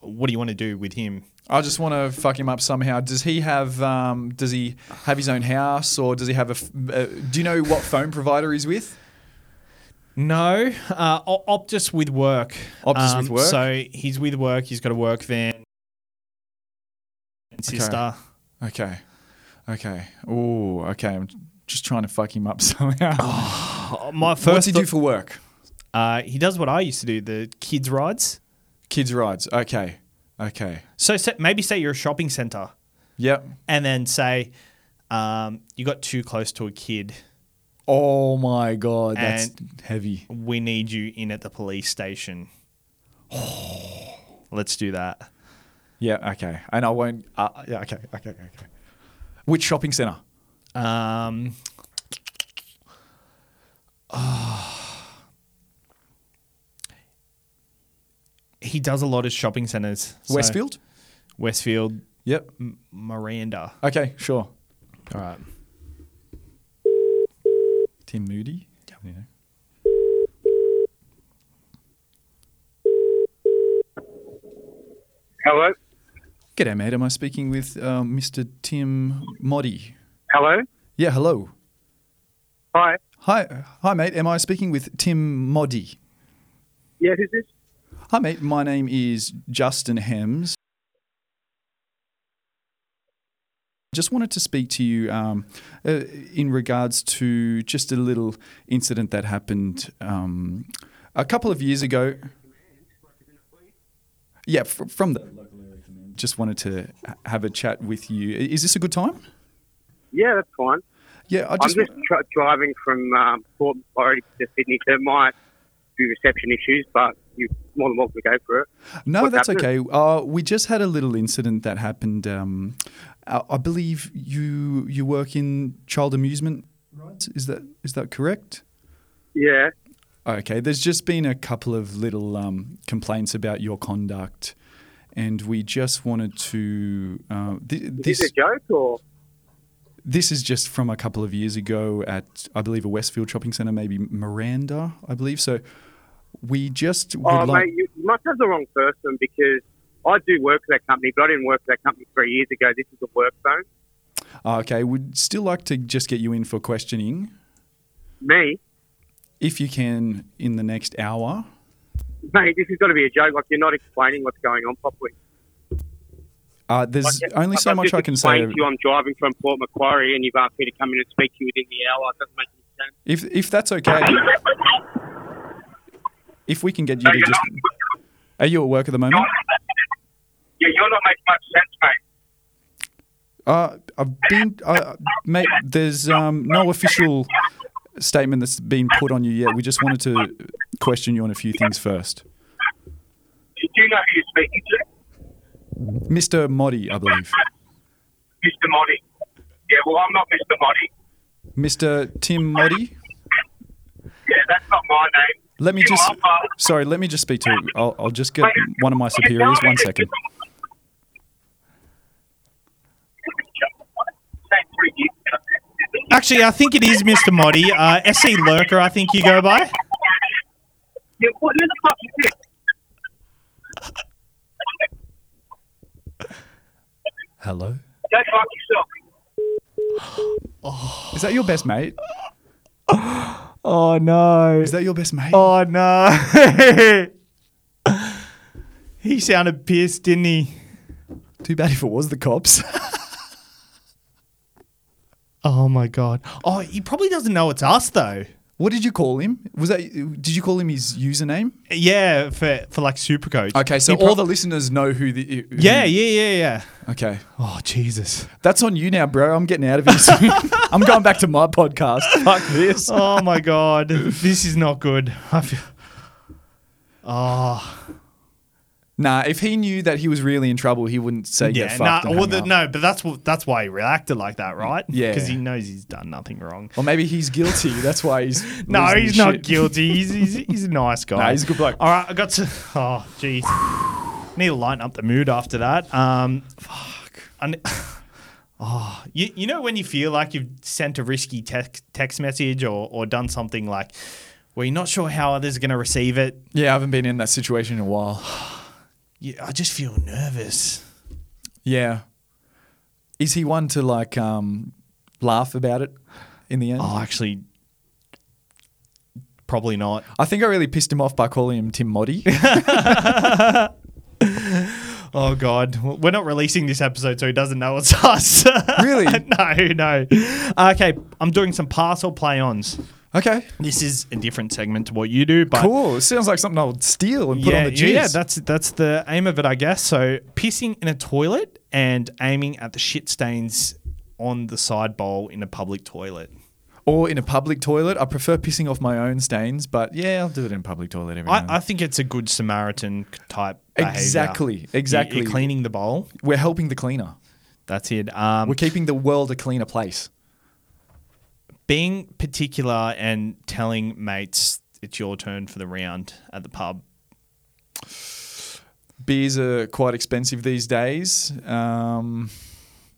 Speaker 4: what do you want to do with him?
Speaker 5: I just want to fuck him up somehow. Does he have? Um, does he have his own house, or does he have a? f- Uh, do you know what phone provider he's with?
Speaker 4: No, uh, O- Optus with work. Um,
Speaker 5: Optus with work?
Speaker 4: So he's with work. He's got a work van. And sister.
Speaker 5: Okay, okay. Oh, okay. I'm just trying to fuck him up somehow.
Speaker 4: Oh, my first.
Speaker 5: What's he do
Speaker 4: thought-
Speaker 5: for work?
Speaker 4: uh, he does what I used to do: the kids rides.
Speaker 5: Kids rides. Okay, okay.
Speaker 4: So say, maybe say you're a shopping center,
Speaker 5: Yep.
Speaker 4: and then say um, you got too close to a kid.
Speaker 5: Oh my god, that's
Speaker 4: And-
Speaker 5: heavy.
Speaker 4: We need you in at the police station. Let's do that.
Speaker 5: Yeah. Okay. And I won't. Uh, yeah. Okay. Okay. Okay. okay. Which shopping center?
Speaker 4: Um, oh. he does a lot of shopping centers. So
Speaker 5: Westfield.
Speaker 4: Westfield,
Speaker 5: Yep.
Speaker 4: M- Miranda.
Speaker 5: Okay. Sure.
Speaker 4: All right.
Speaker 5: Tim Moody. Yeah.
Speaker 8: Hello?
Speaker 5: G'day, mate. Am I speaking with uh, Mr. Tim Moddy?
Speaker 8: Hello?
Speaker 5: Yeah, hello.
Speaker 8: Hi.
Speaker 5: Hi, hi, mate. Am I speaking with Tim Moddy?
Speaker 8: Yeah, who's this?
Speaker 5: Hi, mate. My name is Justin Hems. Just wanted to speak to you um, uh, in regards to just a little incident that happened um, a couple of years ago. Yeah, fr- from the local area. Just wanted to ha- have a chat with you. I- Is this a good time?
Speaker 8: Yeah, that's fine.
Speaker 5: Yeah, I
Speaker 8: I'm
Speaker 5: just.
Speaker 8: just tra- driving from um, Port Authority to Sydney, so my few reception issues, but you're more than welcome to go for it.
Speaker 5: No,
Speaker 8: What
Speaker 5: that's
Speaker 8: happened?
Speaker 5: okay. Uh, we just had a little incident that happened. Um, I I believe you you work in child amusement, right? Is that is that correct?
Speaker 8: Yeah.
Speaker 5: Okay, there's just been a couple of little um, complaints about your conduct, and we just wanted to. Uh, th-
Speaker 8: Is
Speaker 5: this
Speaker 8: this a joke or?
Speaker 5: this is just from a couple of years ago at I believe a Westfield shopping centre, maybe Miranda, I believe. So we just would
Speaker 8: Oh,
Speaker 5: like
Speaker 8: mate, you must have the wrong person because I do work for that company, but I didn't work for that company three years ago. This is a work phone.
Speaker 5: Ah, okay, we'd still like to just get you in for questioning
Speaker 8: Me,
Speaker 5: if you can in the next hour.
Speaker 8: mate, this has got to be a joke. Like, you're not explaining what's going on properly.
Speaker 5: Uh, there's
Speaker 8: Like,
Speaker 5: only
Speaker 8: like,
Speaker 5: so
Speaker 8: I've
Speaker 5: much
Speaker 8: just
Speaker 5: I can
Speaker 8: explained
Speaker 5: say.
Speaker 8: to you I'm driving from Port Macquarie and you've asked me to come in and speak to you within the hour. It doesn't make any sense.
Speaker 5: If if that's okay, if we can get you to just. Are you at work at the moment?
Speaker 8: Yeah, you're not making much sense, mate.
Speaker 5: Uh, I've been, uh, mate. There's um, no official statement that's been put on you yet. We just wanted to question you on a few things first,
Speaker 8: You do know who you're speaking to,
Speaker 5: Mr. Motti, I believe,
Speaker 8: Mr. Motti. Yeah, well, I'm not Mr. Motti.
Speaker 5: Mr. Tim Motti.
Speaker 8: Yeah, that's not my name.
Speaker 5: Let me just, sorry, let me just speak to. I'll, I'll just get one of my superiors. One second.
Speaker 4: Actually, I think it is Mr. Motti. Uh, SC Lurker, I think you go by.
Speaker 8: Yeah, what, who the fuck is this?
Speaker 5: Hello.
Speaker 8: Go fuck yourself.
Speaker 5: Is that your best mate?
Speaker 4: Oh, no.
Speaker 5: Is that your best mate?
Speaker 4: Oh, no. he sounded pissed, didn't he?
Speaker 5: Too bad if it was the cops.
Speaker 4: Oh, my God. Oh, he probably doesn't know it's us, though.
Speaker 5: what did you call him? Was that? Did you call him his username?
Speaker 4: Yeah, for, for like Supercoach.
Speaker 5: Okay, so
Speaker 4: He pro-
Speaker 5: all the listeners know who the. who-
Speaker 4: Yeah, yeah, yeah, yeah.
Speaker 5: Okay.
Speaker 4: Oh, Jesus.
Speaker 5: That's on you now, bro. I'm getting out of here soon. I'm going back to my podcast. Fuck this.
Speaker 4: Oh my god, this is not good. I feel. Oh
Speaker 5: Nah, if he knew that he was really in trouble, he wouldn't say
Speaker 4: yeah,
Speaker 5: get
Speaker 4: nah,
Speaker 5: fucked. and
Speaker 4: well,
Speaker 5: hang
Speaker 4: the,
Speaker 5: up.
Speaker 4: no, but that's what that's why he reacted like that, right?
Speaker 5: Yeah.
Speaker 4: because he knows he's done nothing wrong.
Speaker 5: Or maybe he's guilty. That's why he's.
Speaker 4: No,
Speaker 5: losing
Speaker 4: he's
Speaker 5: his
Speaker 4: not
Speaker 5: shit.
Speaker 4: guilty. He's, he's he's a nice guy.
Speaker 5: Nah, he's a good bloke.
Speaker 4: All right, I got to. Oh, jeez, need to lighten up the mood after that. Um, fuck. I ne- oh, you you know when you feel like you've sent a risky text text message or or done something like where you're not sure how others are going to receive it.
Speaker 5: Yeah, I haven't been in that situation in a while.
Speaker 4: Yeah, I just feel nervous.
Speaker 5: Yeah. Is he one to like um, laugh about it in the end?
Speaker 4: Oh, actually, probably not.
Speaker 5: I think I really pissed him off by calling him Tim Motti.
Speaker 4: Oh God, Well, we're not releasing this episode, so he doesn't know it's us.
Speaker 5: Really?
Speaker 4: no, no. Okay, I'm doing some parcel play-ons.
Speaker 5: okay.
Speaker 4: This is a different segment to what you do, but
Speaker 5: Cool. It sounds like something I would steal and put
Speaker 4: yeah,
Speaker 5: on the juice.
Speaker 4: yeah, that's that's the aim of it, I guess. So pissing in a toilet and aiming at the shit stains on the side bowl in a public toilet.
Speaker 5: or in a public toilet. I prefer pissing off my own stains, but yeah, I'll do it in a public toilet every now and
Speaker 4: I, I think it's a good Samaritan type. behaviour.
Speaker 5: Exactly,
Speaker 4: You-
Speaker 5: exactly.
Speaker 4: You're cleaning the bowl.
Speaker 5: We're helping the cleaner.
Speaker 4: That's it. Um,
Speaker 5: We're keeping the world a cleaner place.
Speaker 4: being particular and telling mates it's your turn for the round at the pub.
Speaker 5: Beers are quite expensive these days. Um,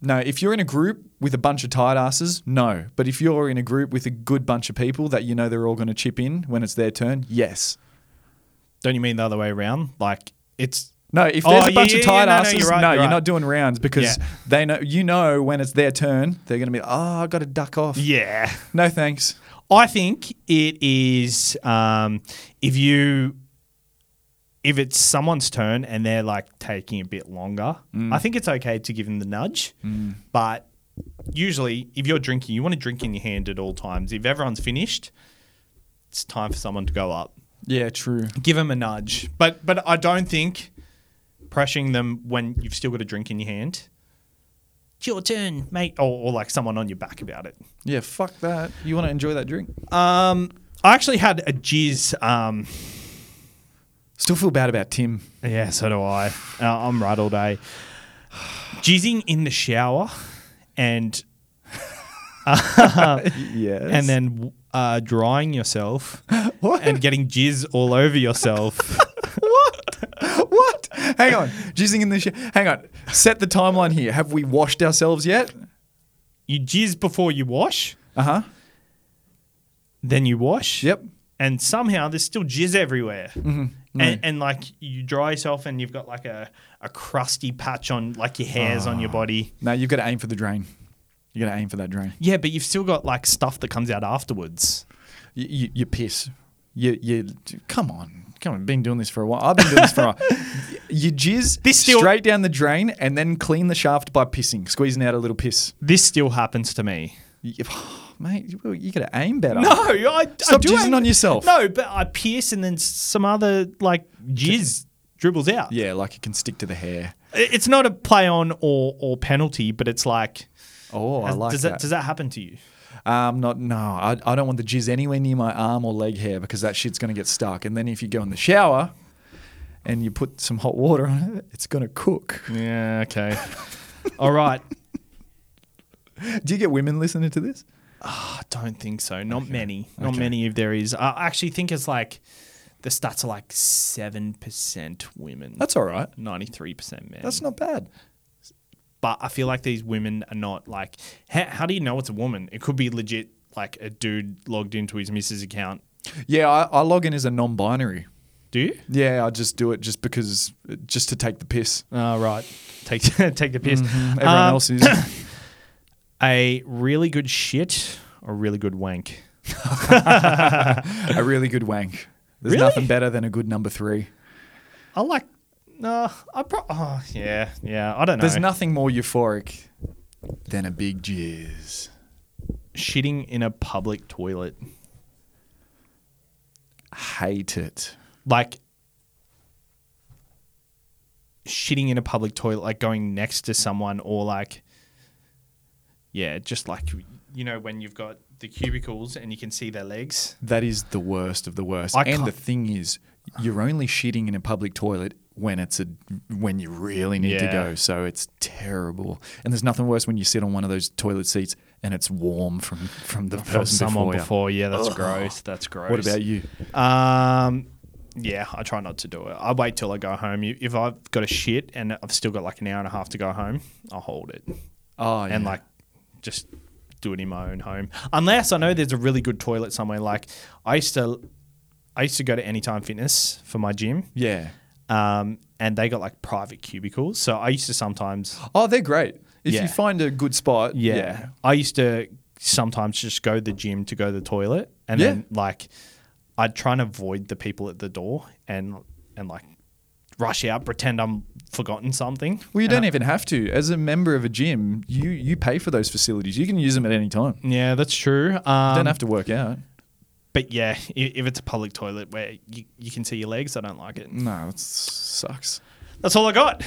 Speaker 5: no, if you're in a group with a bunch of tight asses, no. But if you're in a group with a good bunch of people that you know they're all going to chip in when it's their turn, yes.
Speaker 4: Don't you mean the other way around? Like it's
Speaker 5: No, if
Speaker 4: Oh,
Speaker 5: there's a
Speaker 4: yeah,
Speaker 5: bunch
Speaker 4: yeah,
Speaker 5: of
Speaker 4: yeah,
Speaker 5: tight
Speaker 4: no, no,
Speaker 5: asses, no,
Speaker 4: you're right,
Speaker 5: you're,
Speaker 4: you're right.
Speaker 5: not doing rounds because
Speaker 4: Yeah.
Speaker 5: they know you know when it's their turn, they're going to be, oh, I got to duck off.
Speaker 4: yeah.
Speaker 5: No thanks.
Speaker 4: I think it is um, if you if it's someone's turn and they're like taking a bit longer. I think it's okay to give them the nudge, but usually if you're drinking, you want to drink in your hand at all times. If everyone's finished, it's time for someone to go up.
Speaker 5: Yeah, true.
Speaker 4: give them a nudge. But but I don't think pressuring them when you've still got a drink in your hand. It's your turn, mate, or, or like someone on your back about it.
Speaker 5: Yeah, fuck that. You want to enjoy that drink?
Speaker 4: Um, I actually had a jizz. Um,
Speaker 5: Still feel bad about Tim.
Speaker 4: yeah, so do I. Uh, I'm right all day. Jizzing in the shower and
Speaker 5: Yes.
Speaker 4: and then uh, drying yourself
Speaker 5: what?
Speaker 4: and getting jizz all over yourself.
Speaker 5: what? Hang on. Jizzing in the sh- Hang on. Set the timeline here. Have we washed ourselves yet?
Speaker 4: you jizz before you wash,
Speaker 5: Uh huh.
Speaker 4: then you wash.
Speaker 5: Yep.
Speaker 4: and somehow there's still jizz everywhere. And, and like you dry yourself and you've got like a, a crusty patch on like your hairs on your body.
Speaker 5: No, you've got to aim for the drain. You got to aim for that drain.
Speaker 4: Yeah, but you've still got like stuff that comes out afterwards.
Speaker 5: You, you, you piss. You, you come on, come on. Been doing this for a while. I've been doing this for a while. You jizz
Speaker 4: This still-
Speaker 5: straight down the drain and then clean the shaft by pissing, squeezing out a little piss.
Speaker 4: This still happens to me.
Speaker 5: You- mate, you, you got to aim better.
Speaker 4: No, I
Speaker 5: Stop
Speaker 4: I do
Speaker 5: jizzing on yourself.
Speaker 4: No, but I pierce and then some other like jizz dribbles out.
Speaker 5: Yeah, like it can stick to the hair.
Speaker 4: I- It's not a play on or or penalty, but it's like
Speaker 5: Oh, I like
Speaker 4: does
Speaker 5: that.
Speaker 4: does that happen to you?
Speaker 5: Um, not no. I, I don't want the jizz anywhere near my arm or leg hair because that shit's gonna get stuck. And then if you go in the shower and you put some hot water on it, it's gonna cook.
Speaker 4: Yeah, okay. All right.
Speaker 5: Do you get women listening to this?
Speaker 4: Don't think so. Not many. Not many if there is. I actually think it's like the stats are like 7% women.
Speaker 5: That's all right.
Speaker 4: 93% men.
Speaker 5: That's not bad.
Speaker 4: but I feel like these women are not like how, how do you know it's a woman? It could be legit like a dude logged into his missus account.
Speaker 5: Yeah, I, I log in as a non-binary.
Speaker 4: Do you?
Speaker 5: Yeah, I just do it just because, just to take the piss.
Speaker 4: Oh, right. Take take the piss.
Speaker 5: Mm-hmm. Everyone
Speaker 4: Um,
Speaker 5: else is.
Speaker 4: A really good shit or really good wank.
Speaker 5: a really good wank. There's
Speaker 4: Really?
Speaker 5: nothing better than a good number three.
Speaker 4: I like uh, I pro- oh, yeah, yeah. I don't know.
Speaker 5: There's nothing more euphoric than a big jizz.
Speaker 4: shitting in a public toilet.
Speaker 5: Hate it.
Speaker 4: like shitting in a public toilet, like going next to someone, or like, yeah, just like you know when you've got the cubicles and you can see their legs.
Speaker 5: That is the worst of the worst.
Speaker 4: I
Speaker 5: and
Speaker 4: can't-
Speaker 5: the thing is, you're only shitting in a public toilet when it's a when you really need to
Speaker 4: Yeah.
Speaker 5: go. So it's terrible. And there's nothing worse when you sit on one of those toilet seats and it's warm from from the
Speaker 4: From
Speaker 5: person
Speaker 4: someone
Speaker 5: before, you.
Speaker 4: before, yeah, that's gross. That's gross.
Speaker 5: What about you?
Speaker 4: Um, yeah, I try not to do it. I wait till I go home. You- If I've got a shit and I've still got like an hour and a half to go home, I'll hold it
Speaker 5: Oh,
Speaker 4: and
Speaker 5: yeah.
Speaker 4: like just do it in my own home. Unless I know there's a really good toilet somewhere. Like I used to, I used to go to Anytime Fitness for my gym,
Speaker 5: yeah.
Speaker 4: um, and they got like private cubicles. So I used to sometimes,
Speaker 5: Oh, they're great. If
Speaker 4: Yeah.
Speaker 5: you find a good spot,
Speaker 4: yeah,
Speaker 5: yeah.
Speaker 4: I used to sometimes just go to the gym to go to the toilet, and
Speaker 5: Yeah.
Speaker 4: then like I'd try and avoid the people at the door and and like rush out, pretend I'm forgotten something.
Speaker 5: Well, you don't even have to. As a member of a gym, you you pay for those facilities. You can use them at any time. You
Speaker 4: Yeah, that's true. Um,
Speaker 5: don't have to work out.
Speaker 4: But yeah, i- if it's a public toilet where you, you can see your legs, I don't like it.
Speaker 5: No, it sucks.
Speaker 4: That's all I got.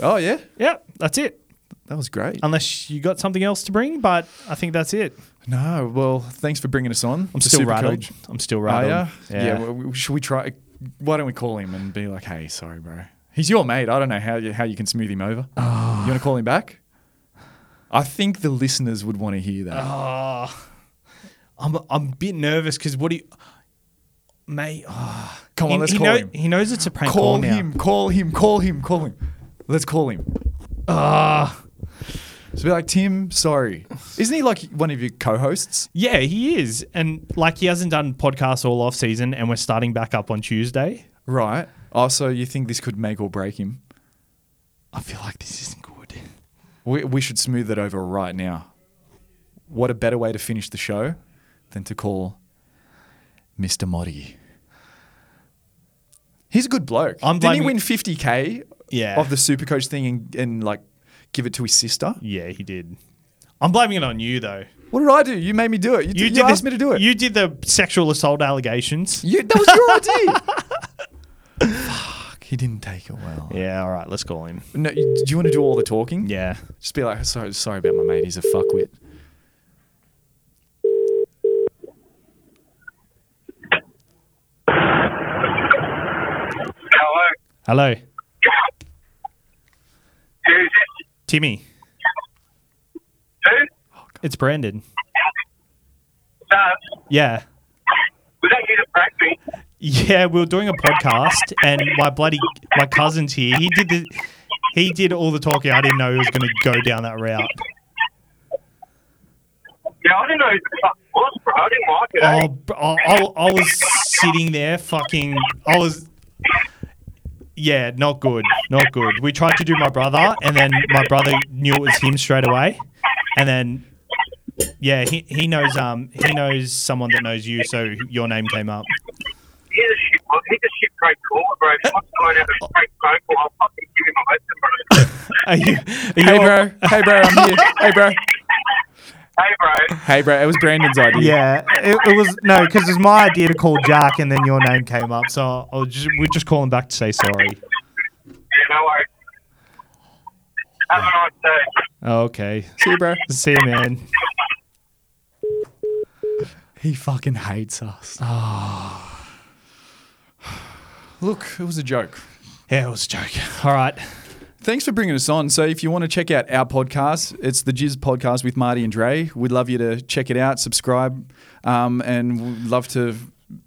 Speaker 5: Oh yeah,
Speaker 4: Yeah, that's it.
Speaker 5: that was great.
Speaker 4: Unless you got something else to bring, but I think that's it.
Speaker 5: No, well, thanks for bringing us on.
Speaker 4: I'm
Speaker 5: to
Speaker 4: still
Speaker 5: Supercoach.
Speaker 4: rattled. I'm still
Speaker 5: Are
Speaker 4: rattled.
Speaker 5: ya?
Speaker 4: Yeah.
Speaker 5: Oh, Yeah. well, we- should we try? Why don't we call him and be like, "Hey, sorry, bro. He's your mate. I don't know how you, how you can smooth him over.
Speaker 4: Ah.
Speaker 5: You want to call him back? I think the listeners would want to hear that.
Speaker 4: I'm I'm a bit nervous because what do you, mate? ah.
Speaker 5: Come on,
Speaker 4: he,
Speaker 5: let's
Speaker 4: he
Speaker 5: call
Speaker 4: know-
Speaker 5: him.
Speaker 4: He knows it's a prank call,
Speaker 5: Call
Speaker 4: now.
Speaker 5: him. Call him. Call him. Call him. Let's call him. Ah. So be like, Tim. Sorry. Isn't he like one of your co-hosts?
Speaker 4: Yeah, he is, and like he hasn't done podcasts all off season, and we're starting back up on Tuesday.
Speaker 5: Right. Oh, so you think this could make or break him?
Speaker 4: I feel like this isn't good.
Speaker 5: We, we should smooth it over right now. What a better way to finish the show than to call Mr. Motti. He's a good bloke.
Speaker 4: I'm
Speaker 5: Didn't he
Speaker 4: blaming-
Speaker 5: win 50K
Speaker 4: Yeah.
Speaker 5: of the Supercoach thing and, and like give it to his sister?
Speaker 4: Yeah, he did. I'm blaming it on you though.
Speaker 5: What did I do? You made me do it. You, you,
Speaker 4: did
Speaker 5: asked
Speaker 4: this-
Speaker 5: me to do it.
Speaker 4: You did the sexual assault allegations.
Speaker 5: You- that was your idea. Fuck, he didn't take it well.
Speaker 4: Yeah, all right, let's call him.
Speaker 5: No, you- do you want to do all the talking?
Speaker 4: Yeah.
Speaker 5: Just be like, sorry, sorry about my mate. He's a fuckwit.
Speaker 4: Hello,
Speaker 8: Who's this?
Speaker 4: Timmy.
Speaker 8: Who?
Speaker 4: It's Brandon.
Speaker 8: Saz.
Speaker 4: Yeah.
Speaker 8: Uh, Was that you that pranked me?
Speaker 4: Yeah, we were doing a podcast, and my bloody my cousin's here. He did the he did all the talking. I didn't know he was going to go down that route.
Speaker 8: Yeah, I didn't know who the fuck it was, bro. I didn't like it.
Speaker 4: Oh, br- I, I- I was sitting there, fucking. I was. Yeah, not good, not good. We tried to do my brother, and then my brother knew it was him straight away, and then. Yeah, he, he knows um he knows someone that knows you, so your name came up.
Speaker 8: He's a shit, he's a shit great caller, bro. If I'm going out of a great phone call, I'll fucking give him a lesson, bro.
Speaker 4: Are you, are you
Speaker 5: Hey,
Speaker 4: all-
Speaker 5: bro. Hey, bro. I'm here. Hey, bro.
Speaker 8: Hey, bro.
Speaker 5: Hey, bro. It was Brandon's idea.
Speaker 4: Yeah, it, it was no, because it was my idea to call Jack, and then your name came up, so I was just, we're just calling back to say sorry.
Speaker 8: Yeah, no worries. Have a nice day.
Speaker 4: Okay,
Speaker 5: See you, bro.
Speaker 4: see you, man.
Speaker 5: He fucking hates us. Ah. Look, it was a joke.
Speaker 4: Yeah, it was a joke. All right,
Speaker 5: Thanks for bringing us on. So, if you want to check out our podcast, it's the Jizz Podcast with Marty and Dre. We'd love you to check it out, subscribe, um, and we'd love to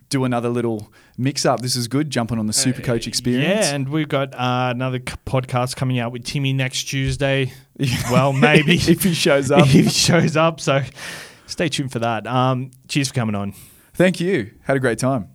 Speaker 5: do another little mix up. This is good, jumping on the Super Coach experience.
Speaker 4: yeah, and we've got uh, another c- podcast coming out with Timmy next Tuesday. Well, maybe
Speaker 5: if he shows up.
Speaker 4: if he shows up, so stay tuned for that. Um, cheers for coming on.
Speaker 5: Thank you. Had a great time.